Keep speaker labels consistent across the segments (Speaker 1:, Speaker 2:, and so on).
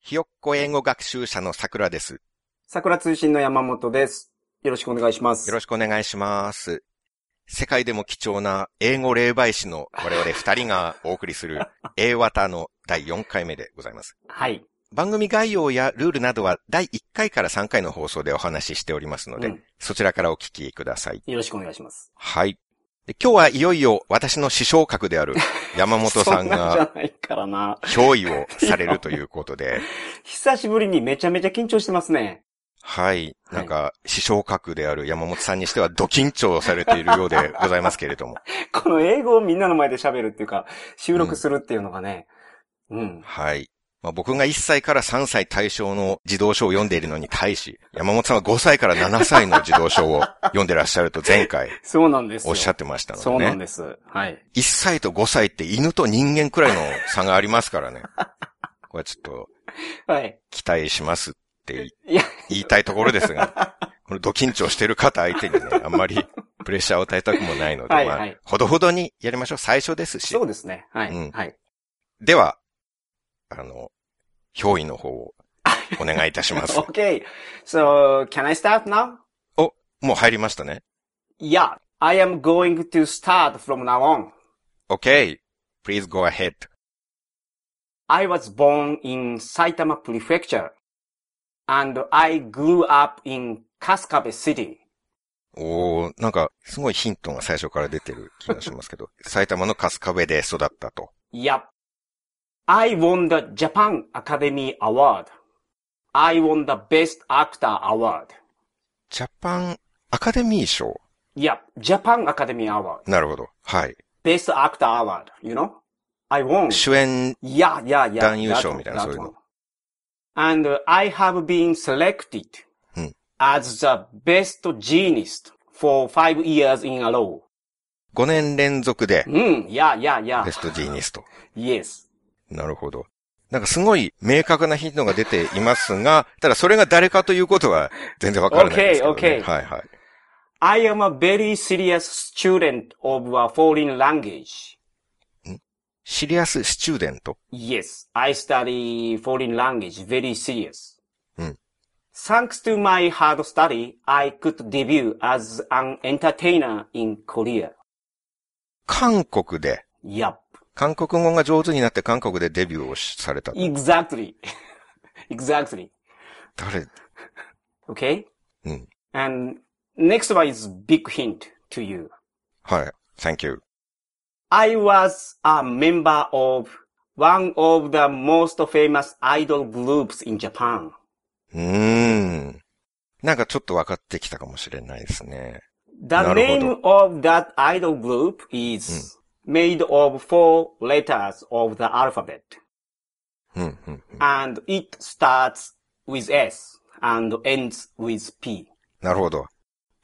Speaker 1: ひよっこ英語学習者の桜です。よ
Speaker 2: 桜通信の山本です。よろしくお願いします。
Speaker 1: ろしくお願いします。世界でも貴重な英語霊媒師の我々二人がお送りす る英和田の第4回目でございます。
Speaker 2: はい。
Speaker 1: 番組概要やルールなどは第1回から3回の放送でお話ししておりますので、
Speaker 2: うん
Speaker 1: そちらからお聞きください。
Speaker 2: よろしくお願いします。
Speaker 1: はい。で今日はいよいよ私の師匠格である山本さん
Speaker 2: そなじ
Speaker 1: が
Speaker 2: ゃないからな。
Speaker 1: 憑依をされるということで、
Speaker 2: 久しぶりにめちゃめちゃ緊張してますね。
Speaker 1: はい。なんか、師匠格である山本さんにしてはド緊張されているようでございますけれど も。
Speaker 2: この英語をみんなの前で喋るっていうか、収録するっていうのがね。うん。
Speaker 1: はい。まあ、僕が1歳から3歳対象の児童書を読んでいるのに対し、山本さんは5歳から7歳の児童書を読んでらっしゃると前回
Speaker 2: そうなんですよ。
Speaker 1: おっしゃ
Speaker 2: っ
Speaker 1: ってましたのでね。
Speaker 2: そうなんです。はい。
Speaker 1: 1歳と5歳って犬と人間くらいの差があります からね。これはちょっと
Speaker 2: はい。
Speaker 1: 期待しますって
Speaker 2: いや、
Speaker 1: 言いたいところですが、このド緊張してる方相手にね、あんまりプレッシャーを与えたくもないので、
Speaker 2: はいはい
Speaker 1: まあ、ほどほどにやりましょう。最初ですし
Speaker 2: そ。うですね。はい。
Speaker 1: うん
Speaker 2: はい。
Speaker 1: では、あの、憑依の方をお願いいたし ます。
Speaker 2: okay. So, can I start now?
Speaker 1: もう入りましたね。
Speaker 2: Yeah. I am going to start from now on.
Speaker 1: Okay, please go ahead.
Speaker 2: I was born in Saitama Prefecture, and I grew up in Kaskabe City.
Speaker 1: おー、なんか、すごいヒントが最初から出てる気がしますけ ど、埼玉の春日部で育ったと。
Speaker 2: Yep. I won the Japan Academy Award. I won the Best Actor Award.
Speaker 1: ジャパンアカデミー賞。
Speaker 2: Yep. Japan Academy Award.
Speaker 1: なるほど。はい。
Speaker 2: Best Actor Award. You know? I won.
Speaker 1: 主演、
Speaker 2: Yeah, yeah, yeah.
Speaker 1: 男優賞みたいな、
Speaker 2: that
Speaker 1: そういうの。
Speaker 2: one. And uh, I have been selected
Speaker 1: うん。
Speaker 2: as the best genius for five years in a row.
Speaker 1: 5年連続で
Speaker 2: うん、いやいやいや
Speaker 1: ベ。ストジーニスト。
Speaker 2: Yes.
Speaker 1: なるほど。なんかすごい明確なヒントが出ていますが、ただそれが誰かということは全然わからないですけど、ね。
Speaker 2: Okay, okay.
Speaker 1: はいはい。
Speaker 2: I am a very serious student of a foreign language.
Speaker 1: シリアススチューデント。
Speaker 2: Yes, I study foreign language very serious.
Speaker 1: うん。
Speaker 2: Thanks to my hard study, I could debut as an entertainer in Korea.
Speaker 1: 韓国で、
Speaker 2: Yup.
Speaker 1: 韓国語が上手になって韓国でデビューをしされた。
Speaker 2: Exactly. exactly.
Speaker 1: 誰
Speaker 2: Okay?
Speaker 1: うん。
Speaker 2: And next one is big hint to you.
Speaker 1: はい。Thank you.
Speaker 2: I was a member of one of the most famous idol groups in Japan.
Speaker 1: うーん。なんかちょっと分かってきたかもしれないですね。
Speaker 2: The
Speaker 1: なるほど。
Speaker 2: name of that idol group is made of four letters of the alphabet
Speaker 1: うん、うん。
Speaker 2: and it starts with S and ends with P.
Speaker 1: なるほど。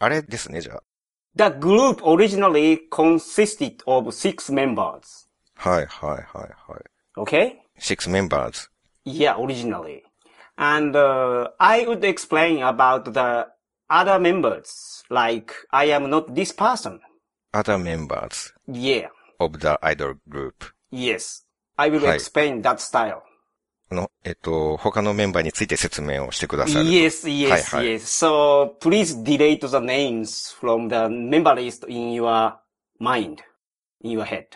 Speaker 1: あれですね、じゃ
Speaker 2: The group originally consisted of six members.
Speaker 1: あ。はい、はい、はい、はい。
Speaker 2: Okay?
Speaker 1: six members.
Speaker 2: Yeah, originally. And uh, I would explain about the other members, like I am not this person.
Speaker 1: other members
Speaker 2: Yeah,
Speaker 1: of the idol group.
Speaker 2: yes. I will
Speaker 1: Hi.
Speaker 2: explain that style.
Speaker 1: あの、えっと、他のメンバーについて説明をしてくださる。
Speaker 2: Yes, yes,
Speaker 1: Hi, hi.
Speaker 2: yes. So please delete the names from the member list in your mind, in your head.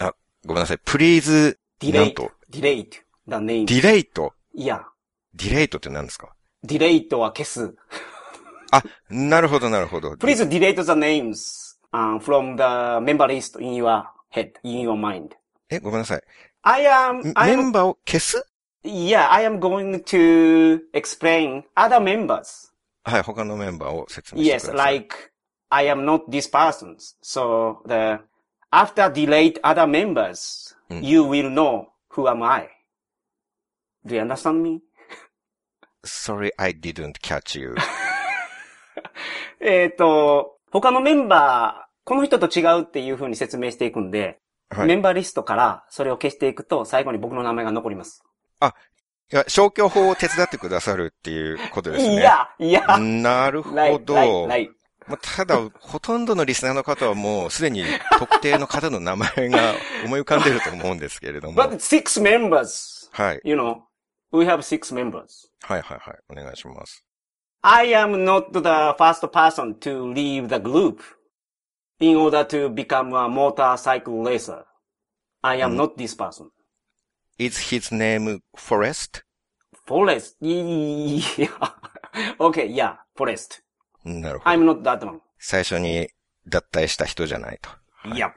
Speaker 1: あ、ごめんなさい。please, なん
Speaker 2: Delete,
Speaker 1: と、
Speaker 2: delete the name.
Speaker 1: delete,
Speaker 2: yeah,
Speaker 1: delete って何ですか
Speaker 2: delete は消す。
Speaker 1: あ、なるほど、なるほど。
Speaker 2: Please delete the names uh, from the member list in your head, in your mind.
Speaker 1: え、ごめんなさい。
Speaker 2: I am,
Speaker 1: メ
Speaker 2: I
Speaker 1: ン
Speaker 2: am,
Speaker 1: バーを消す
Speaker 2: yeah, I am going to explain other members.
Speaker 1: はい、他のメンバーを説明して
Speaker 2: Yes,
Speaker 1: ください。
Speaker 2: like I am not this person. So the, after delete other members,
Speaker 1: Mm.
Speaker 2: you will know who am I. Do you understand me?
Speaker 1: Sorry, I didn't catch you.
Speaker 2: えっ、と、他のメンバー、この人と違うっていう風に説明していくんで、
Speaker 1: はい。
Speaker 2: メ
Speaker 1: い
Speaker 2: ンバーリストからそれを消していくと最後に僕の名前が残ります。
Speaker 1: や、消去法を手伝ってくださるっていうことです
Speaker 2: い
Speaker 1: ね。
Speaker 2: や、いや、
Speaker 1: なる
Speaker 2: な
Speaker 1: ほ
Speaker 2: い、ない、
Speaker 1: ど
Speaker 2: な。い。
Speaker 1: まあただ、ほとんどのリスナーの方はもうすでに特定の方の名前が思い浮かんでると思うんですけれども。
Speaker 2: But six members,
Speaker 1: はい。
Speaker 2: you know, We have six members.
Speaker 1: はいはいはい。お願いします。
Speaker 2: I am not the first person to leave the group in order to become a motorcycle racer. I am not this person.
Speaker 1: Is his name Forest?
Speaker 2: Forest. Yeah. okay, yeah, Forest.
Speaker 1: なるほど。
Speaker 2: I'm not that one.
Speaker 1: 最初に脱退した人じゃないと。
Speaker 2: Yeah.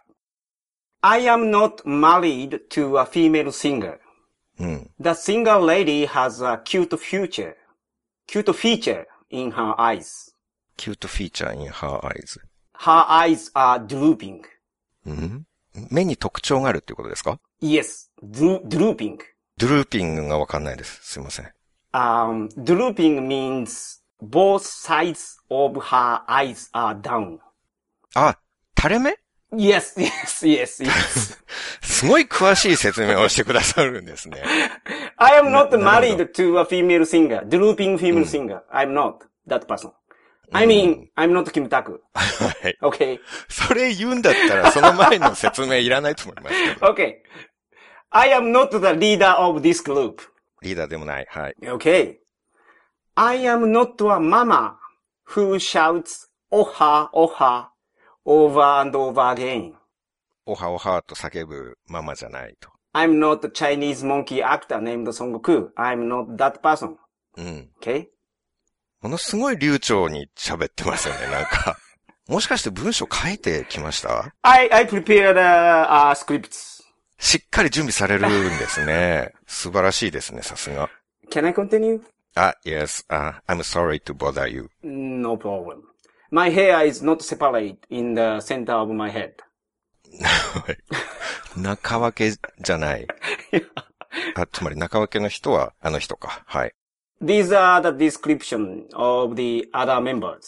Speaker 2: I am not married to a female singer.
Speaker 1: うん。
Speaker 2: The singer lady has a cute future, cute feature in her eyes.
Speaker 1: cute feature in her eyes.
Speaker 2: Her eyes are drooping.
Speaker 1: うん目に特徴があるっていうことですか
Speaker 2: Yes, dro- drooping.
Speaker 1: ドゥルーピングがわかんないです。すいません。
Speaker 2: Um, drooping means both sides of her eyes are down.
Speaker 1: あ、垂れ目
Speaker 2: Yes, yes, yes, yes.
Speaker 1: すごい詳しい説明をしてくださるんですね。
Speaker 2: I am not married to a female singer, drooping female singer. I'm not that person. I mean, I'm not Kim Taku.
Speaker 1: はい。
Speaker 2: Okay.
Speaker 1: それ言うんだったら、その前の説明いらないと思いますけど。
Speaker 2: Okay. I am not the leader of this group.
Speaker 1: リーダーでもない。はい。
Speaker 2: Okay. I am not a mama who shouts oha oha over and over again.
Speaker 1: おはおはと叫ぶママじゃないと。
Speaker 2: I'm not a Chinese monkey actor named Songku. I'm not that person.
Speaker 1: うん。
Speaker 2: Okay?
Speaker 1: ものすごい流暢に喋ってます よね、なんか。もしかして文章書いてきました
Speaker 2: I, I prepared uh, uh, scripts.
Speaker 1: しっかり準備されるんですね。素晴らしいですね、さすが。
Speaker 2: Can I continue?
Speaker 1: あ、yes, uh, I'm sorry to bother you.
Speaker 2: No problem. My hair is not separate in the center of my head.
Speaker 1: 中分けじゃない。あ、つまり中分けの人はあの人か。はい。
Speaker 2: These are the description of the other members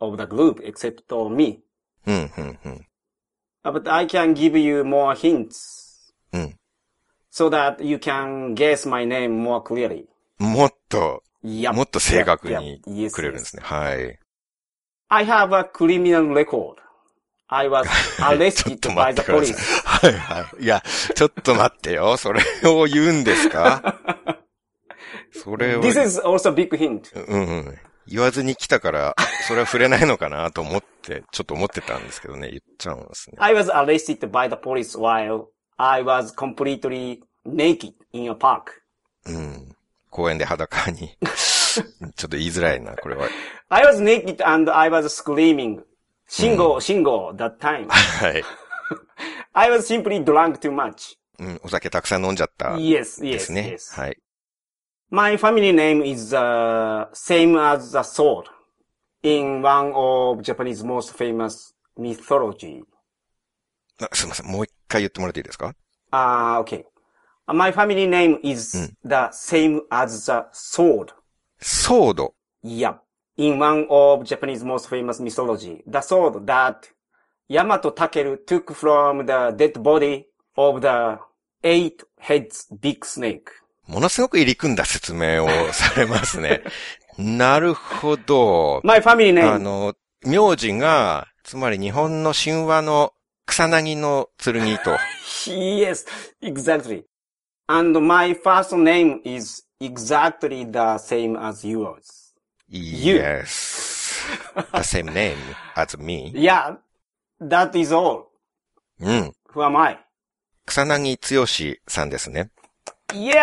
Speaker 2: of the group except for me.
Speaker 1: うん、うん、うん。
Speaker 2: Uh, But I can give you more hints
Speaker 1: うん。
Speaker 2: so that you can guess my name more clearly.
Speaker 1: もっと、
Speaker 2: Yep.
Speaker 1: もっと正確
Speaker 2: Yep,
Speaker 1: に
Speaker 2: yep. Yes,
Speaker 1: くれるんで
Speaker 2: yes.
Speaker 1: すね。はい。
Speaker 2: I have a criminal record. I was
Speaker 1: ちょっ
Speaker 2: arrested
Speaker 1: と
Speaker 2: by
Speaker 1: 待っ
Speaker 2: the
Speaker 1: てください。
Speaker 2: police.
Speaker 1: はいはい。いや、ちょっと待ってよ。それを言うんです かそれを
Speaker 2: This is also a big hint.
Speaker 1: うんうん。言わずに来たから、それは触れないのかなと思って、ちょっと思ってたんですけどね、言っちゃうんですね。
Speaker 2: I was arrested by the police while I was completely naked in a park.
Speaker 1: うん。公園で裸に。 ちょっと言いづらいな、これは。
Speaker 2: I was naked and I was screaming, Shingo,
Speaker 1: Hmm.
Speaker 2: Shingo, that time.
Speaker 1: はい。
Speaker 2: I was simply drunk too much.
Speaker 1: うん、お酒たくさん飲んじゃった。Ah,
Speaker 2: Yes,
Speaker 1: で
Speaker 2: yes,
Speaker 1: すね。
Speaker 2: yes.
Speaker 1: はい。
Speaker 2: My family name is uh, same as the sword in one of Japanese most famous mythology.
Speaker 1: あすいません、もう一回言ってもらっていいですか
Speaker 2: Ah, okay. Uh, My family name is the same as the sword.
Speaker 1: ソード。
Speaker 2: Yeah. In one of Japanese most famous mythology, the sword that Yamato Takeru took from the dead body of the eight heads big snake.
Speaker 1: ものすごく入り組んだ説明をされます ね。なるほど。
Speaker 2: My family
Speaker 1: あ
Speaker 2: name.
Speaker 1: の、名字が、つまり日本の神話の草薙の剣と。
Speaker 2: Yes, exactly. And my first name is exactly the same as yours. You.
Speaker 1: Yes. The same name as me.
Speaker 2: Yeah. That is all.
Speaker 1: うん。
Speaker 2: Who am I?
Speaker 1: 草薙剛さんですね。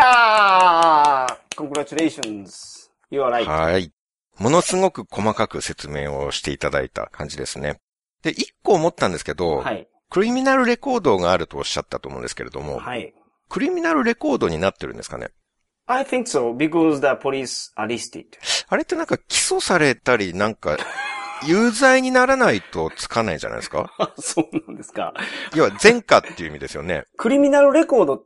Speaker 2: Yeah! Congratulations. You are right.
Speaker 1: はい。ものすごく細かく説明をしていただいた感じですね。で、一個思ったんですけど、
Speaker 2: はい。
Speaker 1: クリミナルレコードがあるとおっしゃったと思うんですけれども、
Speaker 2: はい。
Speaker 1: クリミナルレコードになってるんですかね
Speaker 2: I think so, because the police arrested.
Speaker 1: あれってなんか起訴されたり、なんか、有罪にならないとつかないじゃないですか
Speaker 2: そうなんですか。
Speaker 1: 要は前科っていう意味ですよね。
Speaker 2: クリミナルレコード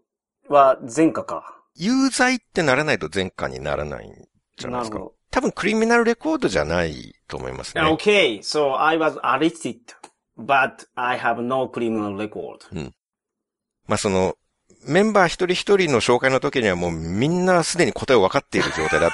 Speaker 2: は前科か。
Speaker 1: 有罪ってならないと前科にならないんじゃないで
Speaker 2: なる
Speaker 1: す
Speaker 2: ほ
Speaker 1: か。
Speaker 2: ど。
Speaker 1: 多分クリミナルレコードじゃないと思いますね。
Speaker 2: Okay, so I was arrested, but I have no criminal record.
Speaker 1: まあその、メンバー一人一人の紹介の時にはもうみんなすでに答えを分かっている状態だっ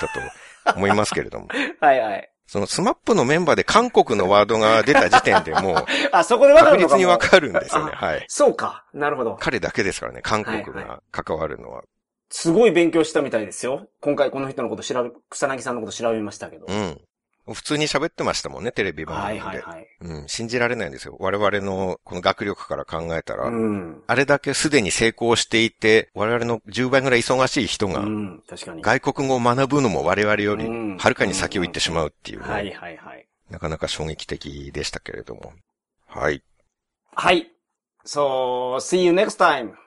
Speaker 1: たと思いますけれど も。
Speaker 2: はいはい。
Speaker 1: そのスマップのメンバーで韓国のワードが出た時点で もう
Speaker 2: あ、そこでわか
Speaker 1: 確
Speaker 2: るのか
Speaker 1: 実に
Speaker 2: もう
Speaker 1: 分かるんですよね。はい。
Speaker 2: そうか。なるほど。
Speaker 1: 彼だけですからね、韓国
Speaker 2: はいは
Speaker 1: が関わるのは。
Speaker 2: すごい勉強したみたいですよ。今回この人のこと調べ、草薙さんのこと調べましたけど。
Speaker 1: うん。普通に喋ってましたもんね、テレビ番
Speaker 2: は
Speaker 1: 組
Speaker 2: い
Speaker 1: で。
Speaker 2: はいはい。
Speaker 1: うん、信じられないんですよ。我々のこの学力から考えたら、
Speaker 2: うん。
Speaker 1: あれだけすでに成功していて、我々の10倍ぐらい忙しい人
Speaker 2: う
Speaker 1: が、
Speaker 2: ん。確かに。
Speaker 1: 外国語を学ぶのも我々より
Speaker 2: うん、
Speaker 1: はるかに先を行ってしまうっていうね、
Speaker 2: はいはいはい。
Speaker 1: なかなか衝撃的でしたけれども。はい。
Speaker 2: はい。So, see you next time.